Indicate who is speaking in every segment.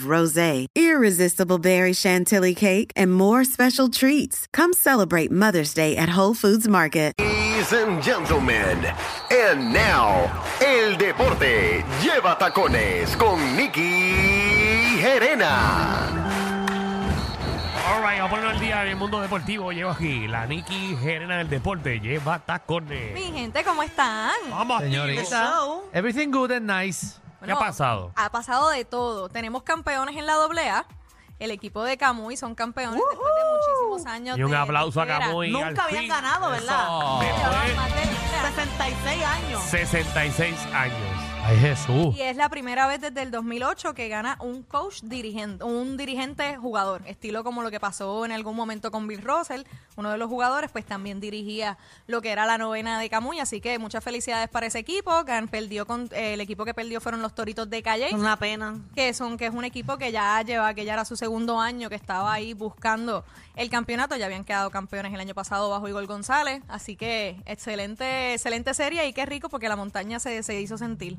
Speaker 1: rosé, irresistible berry chantilly cake, and more special treats. Come celebrate Mother's Day at Whole Foods Market.
Speaker 2: Ladies and gentlemen, and now, el deporte lleva tacones con Nicky Gerena.
Speaker 3: All right, vamos a ponernos al día en el mundo deportivo. Llevo aquí la Nikki Gerena del deporte. Lleva tacones.
Speaker 4: Mi gente, ¿cómo están?
Speaker 3: Vamos,
Speaker 5: Señores.
Speaker 3: tío.
Speaker 4: Hello.
Speaker 5: Everything good and nice.
Speaker 3: ¿Qué ha pasado?
Speaker 4: Ha pasado de todo. Tenemos campeones en la AA. El equipo de Camuy son campeones después de muchísimos años.
Speaker 3: Y un
Speaker 4: de-
Speaker 3: aplauso a
Speaker 4: de espera.
Speaker 3: Camuy.
Speaker 6: Nunca
Speaker 3: al
Speaker 6: habían
Speaker 3: fin.
Speaker 6: ganado, ¿verdad?
Speaker 3: Después
Speaker 4: Llevaban
Speaker 3: de
Speaker 4: más de mil
Speaker 6: 66 años.
Speaker 3: 66 años.
Speaker 5: Ay, Jesús.
Speaker 4: Y es la primera vez desde el 2008 que gana un coach dirigente, un dirigente jugador, estilo como lo que pasó en algún momento con Bill Russell, uno de los jugadores, pues también dirigía lo que era la novena de Camuy, así que muchas felicidades para ese equipo, Gan perdió con eh, el equipo que perdió fueron los Toritos de Calle.
Speaker 6: Es una pena.
Speaker 4: que son que es un equipo que ya lleva que ya era su segundo año que estaba ahí buscando el campeonato ya habían quedado campeones el año pasado bajo Igor González así que excelente excelente serie y qué rico porque la montaña se, se hizo sentir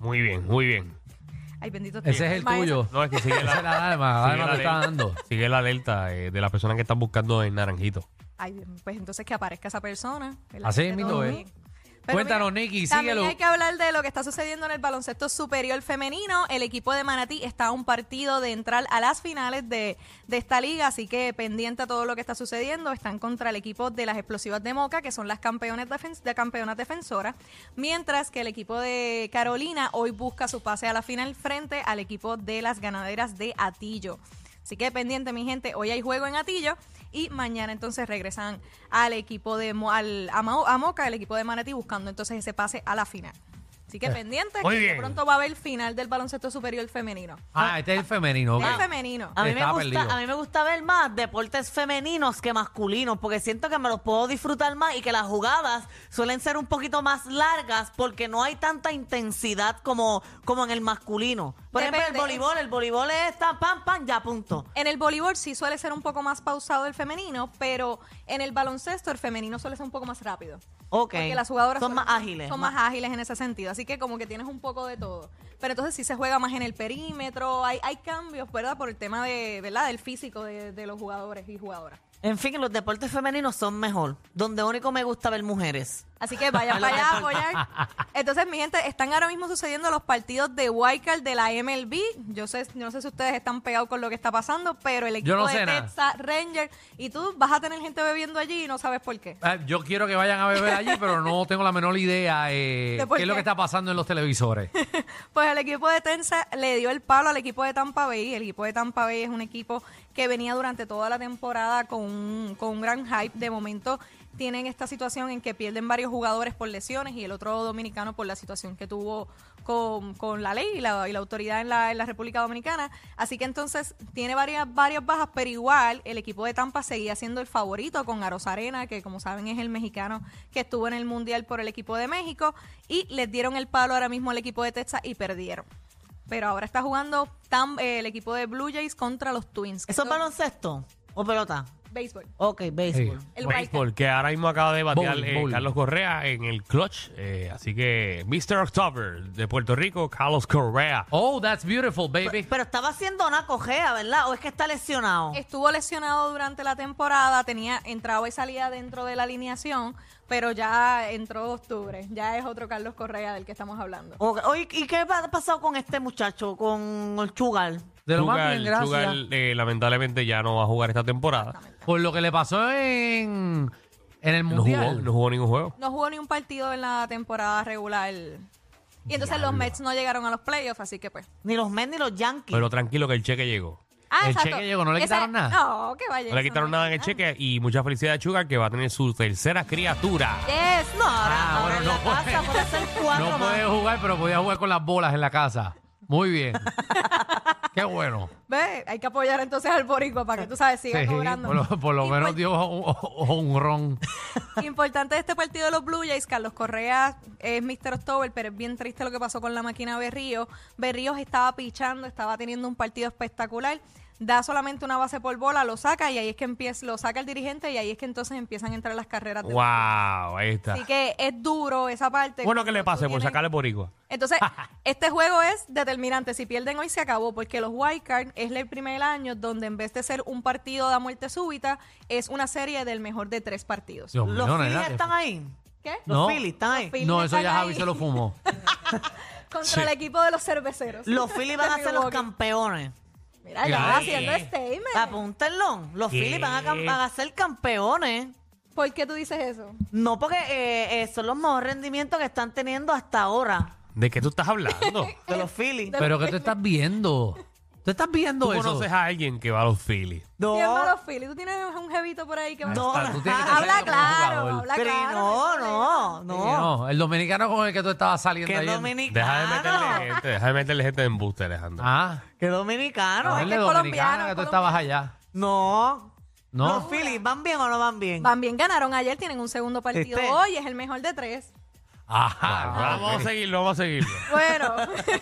Speaker 3: Muy bien, muy bien.
Speaker 4: ay bendito
Speaker 5: Ese
Speaker 4: sea
Speaker 5: es el
Speaker 4: maestro.
Speaker 5: tuyo.
Speaker 3: No, es que sigue
Speaker 5: Esa
Speaker 3: la,
Speaker 5: es la alma, la
Speaker 3: sigue
Speaker 5: alma
Speaker 3: la
Speaker 5: que está
Speaker 3: ley.
Speaker 5: dando.
Speaker 3: sigue la alerta eh, de las personas que están buscando el naranjito.
Speaker 4: ay bien, pues entonces que aparezca esa persona ¿verdad? Este,
Speaker 5: Así
Speaker 4: Que
Speaker 5: mismo
Speaker 4: todo
Speaker 5: es.
Speaker 4: bien.
Speaker 5: Cuéntanos, Nicky,
Speaker 4: también
Speaker 5: síguelo.
Speaker 4: hay que hablar de lo que está sucediendo en el baloncesto superior femenino. El equipo de Manatí está a un partido de entrar a las finales de, de esta liga, así que pendiente a todo lo que está sucediendo. Están contra el equipo de las explosivas de Moca, que son las campeones defen- de campeonas defensoras, mientras que el equipo de Carolina hoy busca su pase a la final frente al equipo de las ganaderas de Atillo. Así que pendiente, mi gente. Hoy hay juego en Atillo y mañana entonces regresan al equipo de Mo- al, a, Mao- a Moca, el equipo de Manatí, buscando entonces ese pase a la final. Así que pendiente,
Speaker 3: muy
Speaker 4: que
Speaker 3: bien.
Speaker 4: de pronto va a haber final del baloncesto superior femenino.
Speaker 5: Ah, este es el femenino. ok.
Speaker 4: Del femenino.
Speaker 6: A mí, me
Speaker 5: Estaba
Speaker 6: gusta,
Speaker 5: perdido.
Speaker 6: a mí me gusta ver más deportes femeninos que masculinos, porque siento que me los puedo disfrutar más y que las jugadas suelen ser un poquito más largas porque no hay tanta intensidad como, como en el masculino. Por ejemplo,
Speaker 4: Depende.
Speaker 6: el voleibol, el voleibol es tan pam, pam, ya punto.
Speaker 4: En el voleibol sí suele ser un poco más pausado el femenino, pero en el baloncesto el femenino suele ser un poco más rápido.
Speaker 6: Ok.
Speaker 4: Porque las jugadoras
Speaker 6: son más
Speaker 4: suelen-
Speaker 6: ágiles.
Speaker 4: Son más ágiles en ese sentido. Así que como que tienes un poco de todo. Pero entonces sí se juega más en el perímetro. Hay, hay cambios, ¿verdad? Por el tema de, ¿verdad? del físico de, de los jugadores y jugadoras.
Speaker 6: En fin, los deportes femeninos son mejor, donde único me gusta ver mujeres.
Speaker 4: Así que vayan para allá a apoyar. Entonces, mi gente, están ahora mismo sucediendo los partidos de Wildcard de la MLB. Yo sé, yo no sé si ustedes están pegados con lo que está pasando, pero el equipo
Speaker 5: no sé
Speaker 4: de
Speaker 5: nada.
Speaker 4: Texas Rangers y tú vas a tener gente bebiendo allí y no sabes por qué.
Speaker 5: Ah, Yo quiero que vayan a beber allí, pero no tengo la menor idea eh,
Speaker 4: ¿De por
Speaker 5: qué es lo
Speaker 4: qué?
Speaker 5: que está pasando en los televisores.
Speaker 4: Pues el equipo de Tensa le dio el palo al equipo de Tampa Bay. El equipo de Tampa Bay es un equipo que venía durante toda la temporada con un, con un gran hype. De momento tienen esta situación en que pierden varios jugadores por lesiones y el otro dominicano por la situación que tuvo con, con la ley y la, y la autoridad en la, en la República Dominicana. Así que entonces tiene varias, varias bajas, pero igual el equipo de Tampa seguía siendo el favorito con Arozarena, que como saben es el mexicano que estuvo en el Mundial por el equipo de México, y les dieron el palo ahora mismo al equipo de Texas y perdieron. Pero ahora está jugando Tam- eh, el equipo de Blue Jays contra los Twins. que
Speaker 6: ¿Eso es baloncesto o pelota?
Speaker 4: Béisbol.
Speaker 6: Ok, béisbol.
Speaker 5: Sí.
Speaker 4: El
Speaker 3: Béisbol, que ahora mismo acaba de batear
Speaker 5: Bowl,
Speaker 3: eh,
Speaker 5: bowl.
Speaker 3: Carlos Correa en el clutch. eh, así que Mr. October de Puerto Rico, Carlos Correa.
Speaker 5: Oh, that's beautiful, baby.
Speaker 6: Pero estaba haciendo una cojea, ¿verdad? ¿O es que está lesionado?
Speaker 4: Estuvo lesionado durante la temporada, tenía entraba y salía dentro de la alineación, pero ya entró octubre, ya es otro Carlos Correa del que estamos hablando.
Speaker 6: O- o- ¿Y y qué ha pasado con este muchacho, con el Chugal?
Speaker 5: De lo más bien,
Speaker 3: Sugar,
Speaker 5: gracias.
Speaker 3: Sugar, eh, lamentablemente ya no va a jugar esta temporada.
Speaker 5: Por lo que le pasó en, En el
Speaker 3: No jugó,
Speaker 5: mundial.
Speaker 3: no jugó ningún juego.
Speaker 4: No jugó ni un partido en la temporada regular. Y entonces los Mets no llegaron a los playoffs, así que pues. ah,
Speaker 6: Ni los Mets ni los Yankees.
Speaker 3: Pero tranquilo que el cheque llegó.
Speaker 5: El cheque llegó, ¿no le quitaron nada?
Speaker 4: No, que vaya.
Speaker 3: No le
Speaker 4: eso
Speaker 3: quitaron nada en el
Speaker 4: Ah.
Speaker 3: cheque y mucha felicidad a Sugar que va a tener su tercera criatura.
Speaker 4: Yes.
Speaker 6: no, ahora,
Speaker 5: Ah,
Speaker 6: ahora
Speaker 5: bueno,
Speaker 6: en
Speaker 5: no
Speaker 6: la casa
Speaker 5: puede.
Speaker 6: puede ser cuatro
Speaker 5: No
Speaker 6: más.
Speaker 5: puede jugar, pero podía jugar con las bolas en la casa. Muy bien. Qué bueno.
Speaker 4: Ve, hay que apoyar entonces al boricua para que tú sabes siga
Speaker 5: Sí,
Speaker 4: cobrando. pues-
Speaker 5: por lo, por lo
Speaker 4: Impor-
Speaker 5: menos dio un, un- un ron.
Speaker 4: Importante de este partido de los Blue Jays, Carlos Correa es Mr. October, pero es bien triste lo que pasó con la máquina Berríos. Berríos estaba pichando, estaba teniendo un partido espectacular. Da solamente una base por bola, lo saca y ahí es que empieza, lo saca el dirigente y ahí es que entonces empiezan a entrar las carreras de
Speaker 3: Wow, ahí está.
Speaker 4: Así que este es duro esa parte.
Speaker 3: Bueno, que
Speaker 4: Cuando
Speaker 3: le
Speaker 4: tú
Speaker 3: pase por
Speaker 4: tienes-
Speaker 3: sacarle boricua.
Speaker 4: Entonces, este juego es determinante. Si pierden hoy, se acabó, porque los Wildcard es el primer año donde en vez de ser un partido de muerte súbita, es una serie del mejor de tres partidos.
Speaker 5: Dios mío,
Speaker 6: Los
Speaker 5: nena,
Speaker 6: Phillies
Speaker 5: qué
Speaker 6: están
Speaker 5: fu-
Speaker 6: ahí.
Speaker 4: ¿Qué?
Speaker 6: Los
Speaker 5: No.
Speaker 6: Phillies están ahí.
Speaker 4: Phillies
Speaker 5: No, eso
Speaker 4: están
Speaker 5: ya Javi
Speaker 4: ahí
Speaker 5: se lo fumó.
Speaker 4: Contra
Speaker 3: Sí.
Speaker 4: el equipo de los cerveceros.
Speaker 6: Los Phillies van a ser los Ah.
Speaker 4: Milwaukee.
Speaker 6: campeones.
Speaker 4: Mira,
Speaker 5: Mira,
Speaker 4: ya
Speaker 5: eh.
Speaker 4: haciendo statement.
Speaker 6: Apúntenlo. Los
Speaker 3: ¿Qué?
Speaker 6: Phillies van a, cam- van a ser campeones.
Speaker 4: ¿Por qué tú dices eso?
Speaker 6: No porque eh, eh, son los mejores rendimientos que están teniendo hasta ahora
Speaker 3: ¿De qué tú estás hablando?
Speaker 6: de los Phillies.
Speaker 5: Pero que tú estás viendo. Tú estás viendo
Speaker 3: ¿Tú
Speaker 5: eso.
Speaker 3: conoces a alguien que va a los Phillies?
Speaker 6: No, Ah,
Speaker 4: ¿Quién va a los Phillies? ¿Tú tienes un jevito por ahí que va
Speaker 6: No,
Speaker 5: Tú tienes que
Speaker 4: Habla
Speaker 5: hacerlo como
Speaker 4: claro,
Speaker 5: jugador.
Speaker 4: habla
Speaker 6: Cri,
Speaker 4: claro.
Speaker 6: no, no,
Speaker 5: Sí,
Speaker 6: no.
Speaker 5: no, El dominicano con el que tú estabas saliendo
Speaker 6: Qué
Speaker 5: ayer.
Speaker 3: Deja de meterle
Speaker 6: dominicano.
Speaker 3: gente, deja de meterle gente de embuste, Alejandro.
Speaker 5: Ah,
Speaker 6: Qué
Speaker 5: no,
Speaker 3: Ah.
Speaker 6: dominicano. ¿eh?
Speaker 4: Ay.
Speaker 5: el
Speaker 4: que es colombiano,
Speaker 5: dominicano que tú
Speaker 4: colombiano.
Speaker 5: estabas allá.
Speaker 6: No.
Speaker 5: No.
Speaker 6: Los Phillies, ¿van bien o no van bien?
Speaker 4: Van bien, ganaron ayer, tienen un segundo partido
Speaker 3: Este.
Speaker 6: ¿Viste?
Speaker 4: hoy, es el mejor de tres.
Speaker 5: Ajá.
Speaker 3: Ah,
Speaker 5: no,
Speaker 3: vamos a seguirlo, vamos a seguirlo.
Speaker 4: Bueno,
Speaker 3: Tacho,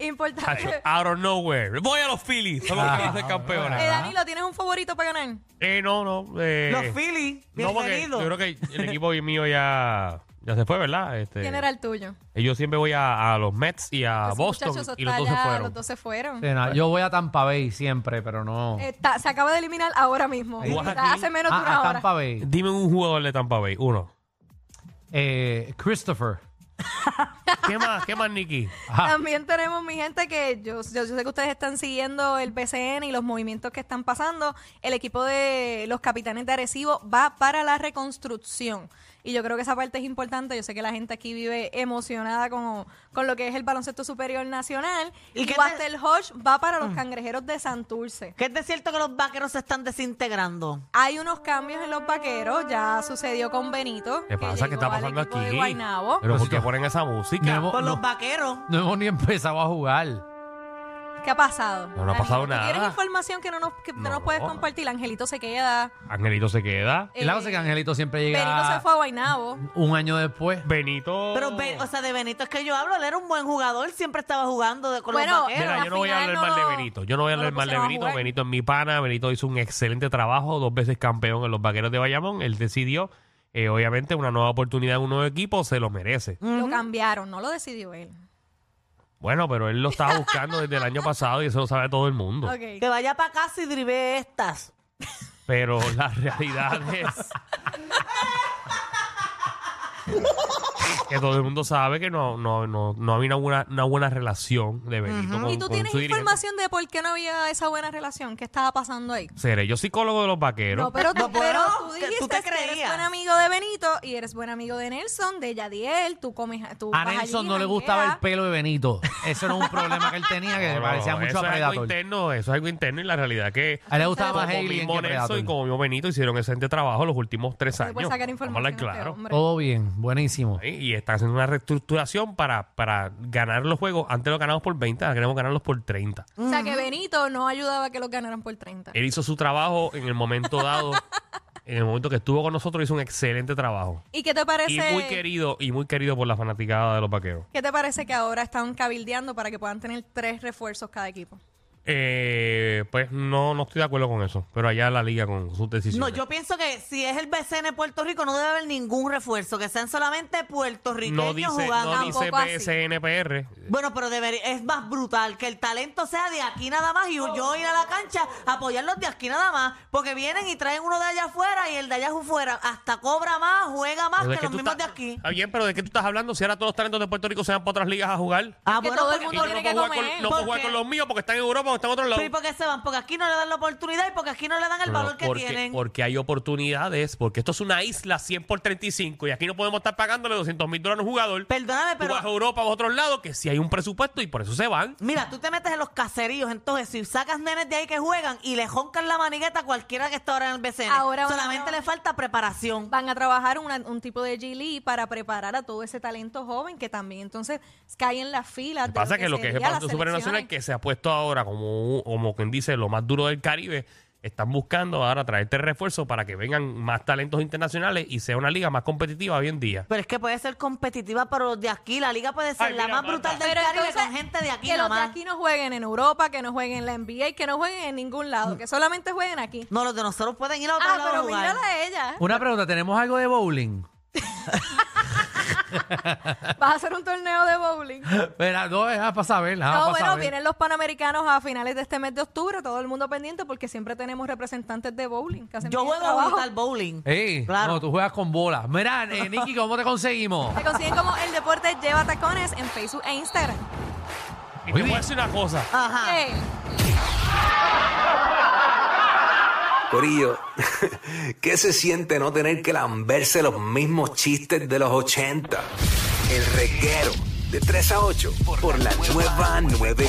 Speaker 4: importante.
Speaker 3: out of nowhere. Voy a los Phillies. Son los que van a ser campeones.
Speaker 4: Eh, Danilo, ¿tienes un favorito para ganar?
Speaker 3: Ah. Eh, no, no. Eh,
Speaker 6: Los Phillies,
Speaker 3: No, porque yo
Speaker 6: bienvenidos.
Speaker 3: creo que el equipo mío ya, ya se fue, ¿verdad? Este,
Speaker 4: ¿Quién era el tuyo?
Speaker 3: y Yo siempre voy a, a los Mets y a
Speaker 4: Ese
Speaker 3: Boston
Speaker 4: muchacho, eso
Speaker 3: y los
Speaker 4: está
Speaker 3: dos se
Speaker 4: allá,
Speaker 3: fueron.
Speaker 4: Los dos se fueron.
Speaker 5: sí, no, Yo voy a Tampa Bay siempre, pero no.
Speaker 4: Está- se acaba de eliminar ahora mismo.
Speaker 3: Ahí.
Speaker 4: O sea, hace Eh, menos de
Speaker 5: Ah,
Speaker 4: una
Speaker 5: a
Speaker 4: hora.
Speaker 5: Tampa Bay.
Speaker 3: Dime un jugador de Tampa Bay, uno.
Speaker 5: Eh, Christopher.
Speaker 3: ¿Qué más, qué más, Nicky?
Speaker 5: Ajá.
Speaker 4: También tenemos mi gente que yo, yo, yo sé que ustedes están siguiendo el BCN y los movimientos que están pasando. El equipo de los capitanes de Arecibo va para la reconstrucción. Y yo creo que esa parte es importante. Yo sé que la gente aquí vive emocionada con, con lo que es el baloncesto superior nacional.
Speaker 6: ¿Y
Speaker 4: Y
Speaker 6: qué Mm. te-
Speaker 4: Bastel Hodge va para los cangrejeros de Santurce.
Speaker 6: Que es de cierto que los vaqueros se están desintegrando.
Speaker 4: Hay unos cambios en los vaqueros, ya sucedió con Benito.
Speaker 3: ¿Qué pasa? ¿Qué
Speaker 4: llegó
Speaker 3: está
Speaker 4: al
Speaker 3: pasando
Speaker 4: equipo de
Speaker 3: aquí?
Speaker 4: Guaynabo.
Speaker 3: Pero ¿por qué ponen esa música?
Speaker 5: No hemos-
Speaker 6: Por los
Speaker 5: no-
Speaker 6: vaqueros.
Speaker 5: No hemos ni empezado a jugar.
Speaker 4: ¿Qué ha pasado?
Speaker 3: No, no ha pasado
Speaker 4: Danilo, ¿tú
Speaker 3: nada.
Speaker 4: ¿Tienes información que no nos, que no
Speaker 3: No.
Speaker 4: nos puedes compartir? Angelito se queda.
Speaker 3: Angelito se queda.
Speaker 5: Y la cosa es que Angelito siempre llega
Speaker 4: Eh, Benito se fue a Guaynabo.
Speaker 5: un año después.
Speaker 3: Benito.
Speaker 6: Pero, Ben- o sea, de Benito es que yo hablo, él era un buen jugador, siempre estaba jugando de, con
Speaker 4: Bueno,
Speaker 6: los vaqueros.
Speaker 4: pero
Speaker 3: Mira, yo no
Speaker 4: Eh, al
Speaker 3: voy a
Speaker 4: final
Speaker 3: hablar
Speaker 4: no
Speaker 3: mal de
Speaker 4: lo-
Speaker 3: Benito. Yo no voy a
Speaker 4: no
Speaker 3: hablar
Speaker 4: lo
Speaker 3: mal de
Speaker 4: pusieron a
Speaker 3: Benito.
Speaker 4: jugar.
Speaker 3: Benito es mi pana. Benito hizo un excelente trabajo, dos veces campeón en los Vaqueros de Bayamón. Él decidió, eh, obviamente, una nueva oportunidad en un nuevo equipo, se lo merece.
Speaker 4: Lo cambiaron, no lo decidió él.
Speaker 3: Bueno, pero él lo estaba buscando desde el año pasado y eso lo sabe todo el mundo.
Speaker 4: Ok.
Speaker 6: Que vaya para casa y drive estas.
Speaker 3: Pero la realidad es que todo el mundo sabe que no, no, no, no había una buena, una buena relación de Benito con,
Speaker 4: ¿Y tú
Speaker 3: con
Speaker 4: tienes
Speaker 3: su dirigente.
Speaker 4: información de por qué no había esa buena relación? ¿Qué estaba pasando ahí?
Speaker 3: Seré yo psicólogo de los vaqueros.
Speaker 4: No, pero tú,
Speaker 6: No, pero
Speaker 4: pero tú
Speaker 6: que
Speaker 4: dijiste
Speaker 6: tú te
Speaker 4: que eres
Speaker 6: creías.
Speaker 4: buen amigo de Benito y eres buen amigo de Nelson, de Yadiel, tú comes... Tú
Speaker 5: A
Speaker 4: vas
Speaker 5: Nelson
Speaker 4: allí,
Speaker 5: no le gustaba el
Speaker 4: jangueas.
Speaker 5: pelo de Benito. Eso era un problema que él tenía que
Speaker 3: No,
Speaker 5: le
Speaker 3: no,
Speaker 5: parecía
Speaker 3: no,
Speaker 5: mucho
Speaker 3: eso
Speaker 5: a
Speaker 3: es algo
Speaker 5: Predator.
Speaker 3: interno, eso es algo interno y la realidad que
Speaker 5: A él le gustaba
Speaker 3: como
Speaker 5: más Alien
Speaker 3: mismo
Speaker 5: que
Speaker 3: Nelson y
Speaker 5: Predator.
Speaker 3: como mismo Benito hicieron excelente trabajo los últimos tres
Speaker 4: No le puedes
Speaker 3: años.
Speaker 4: sacar
Speaker 3: Vamos a hablar
Speaker 4: información a este
Speaker 3: claro.
Speaker 4: hombre.
Speaker 5: Todo bien, buenísimo.
Speaker 3: Ahí, Y están haciendo una reestructuración para, para ganar los juegos. Antes los ganamos por 20, ahora queremos ganarlos por 30.
Speaker 4: O sea, que Benito no ayudaba a que los ganaran por 30.
Speaker 3: Él hizo su trabajo en el momento dado. En el momento que estuvo con nosotros hizo un excelente trabajo.
Speaker 4: ¿Y qué te
Speaker 3: Y
Speaker 4: parece?
Speaker 3: muy querido, y muy querido por la fanaticada de los vaqueros.
Speaker 4: ¿Qué te parece que ahora están cabildeando para que puedan tener tres refuerzos cada equipo?
Speaker 3: Eh, pues no, no estoy de acuerdo con eso. Pero allá la liga con sus decisiones.
Speaker 6: No, yo pienso que si es el BCN Puerto Rico no debe haber ningún refuerzo, que sean solamente puertorriqueños
Speaker 3: no dice,
Speaker 6: jugando.
Speaker 3: no dice
Speaker 4: Tampoco así.
Speaker 3: PSNPR.
Speaker 6: Bueno, pero debería, es más brutal que el talento sea de aquí nada más y yo ir a la cancha a apoyarlos de aquí nada más, porque vienen y traen uno de allá afuera y el de allá afuera hasta cobra más, juega más
Speaker 3: Pero
Speaker 6: que
Speaker 3: es que
Speaker 6: los
Speaker 3: tú
Speaker 6: mismos
Speaker 3: estás-
Speaker 6: de aquí.
Speaker 3: Está bien, pero ¿de qué tú estás hablando? Si ahora todos los talentos de Puerto Rico se van para otras ligas a jugar.
Speaker 6: Ah,
Speaker 4: que todo el
Speaker 6: porque-
Speaker 4: mundo
Speaker 3: Y yo
Speaker 4: tiene
Speaker 3: no
Speaker 4: que
Speaker 3: puedo jugar
Speaker 4: comer.
Speaker 3: con, no puedo
Speaker 6: ¿Por
Speaker 3: jugar
Speaker 6: qué?
Speaker 3: con los míos porque están en Europa o está en otro lado.
Speaker 6: Sí, porque se van, porque aquí no le dan la oportunidad y porque aquí no le dan el
Speaker 3: No, no,
Speaker 6: valor que
Speaker 3: porque,
Speaker 6: tienen.
Speaker 3: porque hay oportunidades, porque esto es una isla 100 por 35 y aquí no podemos estar pagándole 200 mil dólares a un jugador.
Speaker 6: Perdóname,
Speaker 3: Tú
Speaker 6: pero
Speaker 3: vas a Europa o a otros lados que sí hay un presupuesto y por eso se van.
Speaker 6: mira, tú te metes en los caseríos, entonces si sacas nenes de ahí que juegan y le joncan la manigueta a cualquiera que está ahora en el BCN,
Speaker 4: Ahora una
Speaker 6: solamente
Speaker 4: nueva-
Speaker 6: le falta preparación.
Speaker 4: Van a trabajar una- un tipo de G League para preparar a todo ese talento joven que también entonces cae en las filas.
Speaker 3: Lo que pasa es que lo que es el Banco Supernacional que se ha puesto ahora como, como quien dice lo más duro del Caribe, están buscando ahora traerte refuerzo para que vengan más talentos internacionales y sea una liga más competitiva hoy en día.
Speaker 6: Pero es que puede ser competitiva, pero los de aquí, la liga puede ser
Speaker 3: Ay,
Speaker 6: la
Speaker 3: mira,
Speaker 6: más
Speaker 3: Marta.
Speaker 6: brutal del
Speaker 4: Pero
Speaker 6: Caribe
Speaker 4: entonces,
Speaker 6: con gente de aquí
Speaker 4: que los de
Speaker 6: nomás.
Speaker 4: aquí no jueguen en Europa, que no jueguen en la NBA, que no jueguen en ningún lado, que solamente jueguen aquí.
Speaker 6: No, los de nosotros pueden ir a otro
Speaker 4: Ah,
Speaker 6: lado a
Speaker 4: pero
Speaker 6: jugar.
Speaker 4: mírala a ella.
Speaker 5: Una pregunta, ¿tenemos algo de bowling?
Speaker 4: Vas a hacer un torneo de bowling.
Speaker 3: Ah,
Speaker 5: Pero no, es para saber, nada
Speaker 4: No,
Speaker 5: para
Speaker 4: bueno,
Speaker 5: saber.
Speaker 4: vienen los panamericanos a finales de este mes de octubre, todo el mundo pendiente porque siempre tenemos representantes de bowling. que hacen
Speaker 6: Yo
Speaker 4: bien
Speaker 6: juego
Speaker 4: trabajo.
Speaker 6: brutal bowling.
Speaker 5: Ey,
Speaker 6: Claro.
Speaker 5: no, tú juegas con bolas. Mira, eh, Nicky, ¿cómo te conseguimos?
Speaker 4: Me consiguen como El Deporte Lleva Tacones en Facebook e Instagram. Eh,
Speaker 3: Y te voy a decir una cosa.
Speaker 6: Ajá.
Speaker 4: Ey,
Speaker 7: Corillo, ¿qué se siente no tener que lamberse los mismos chistes de los 80? El reguero de 3 a 8 por la nueva 9.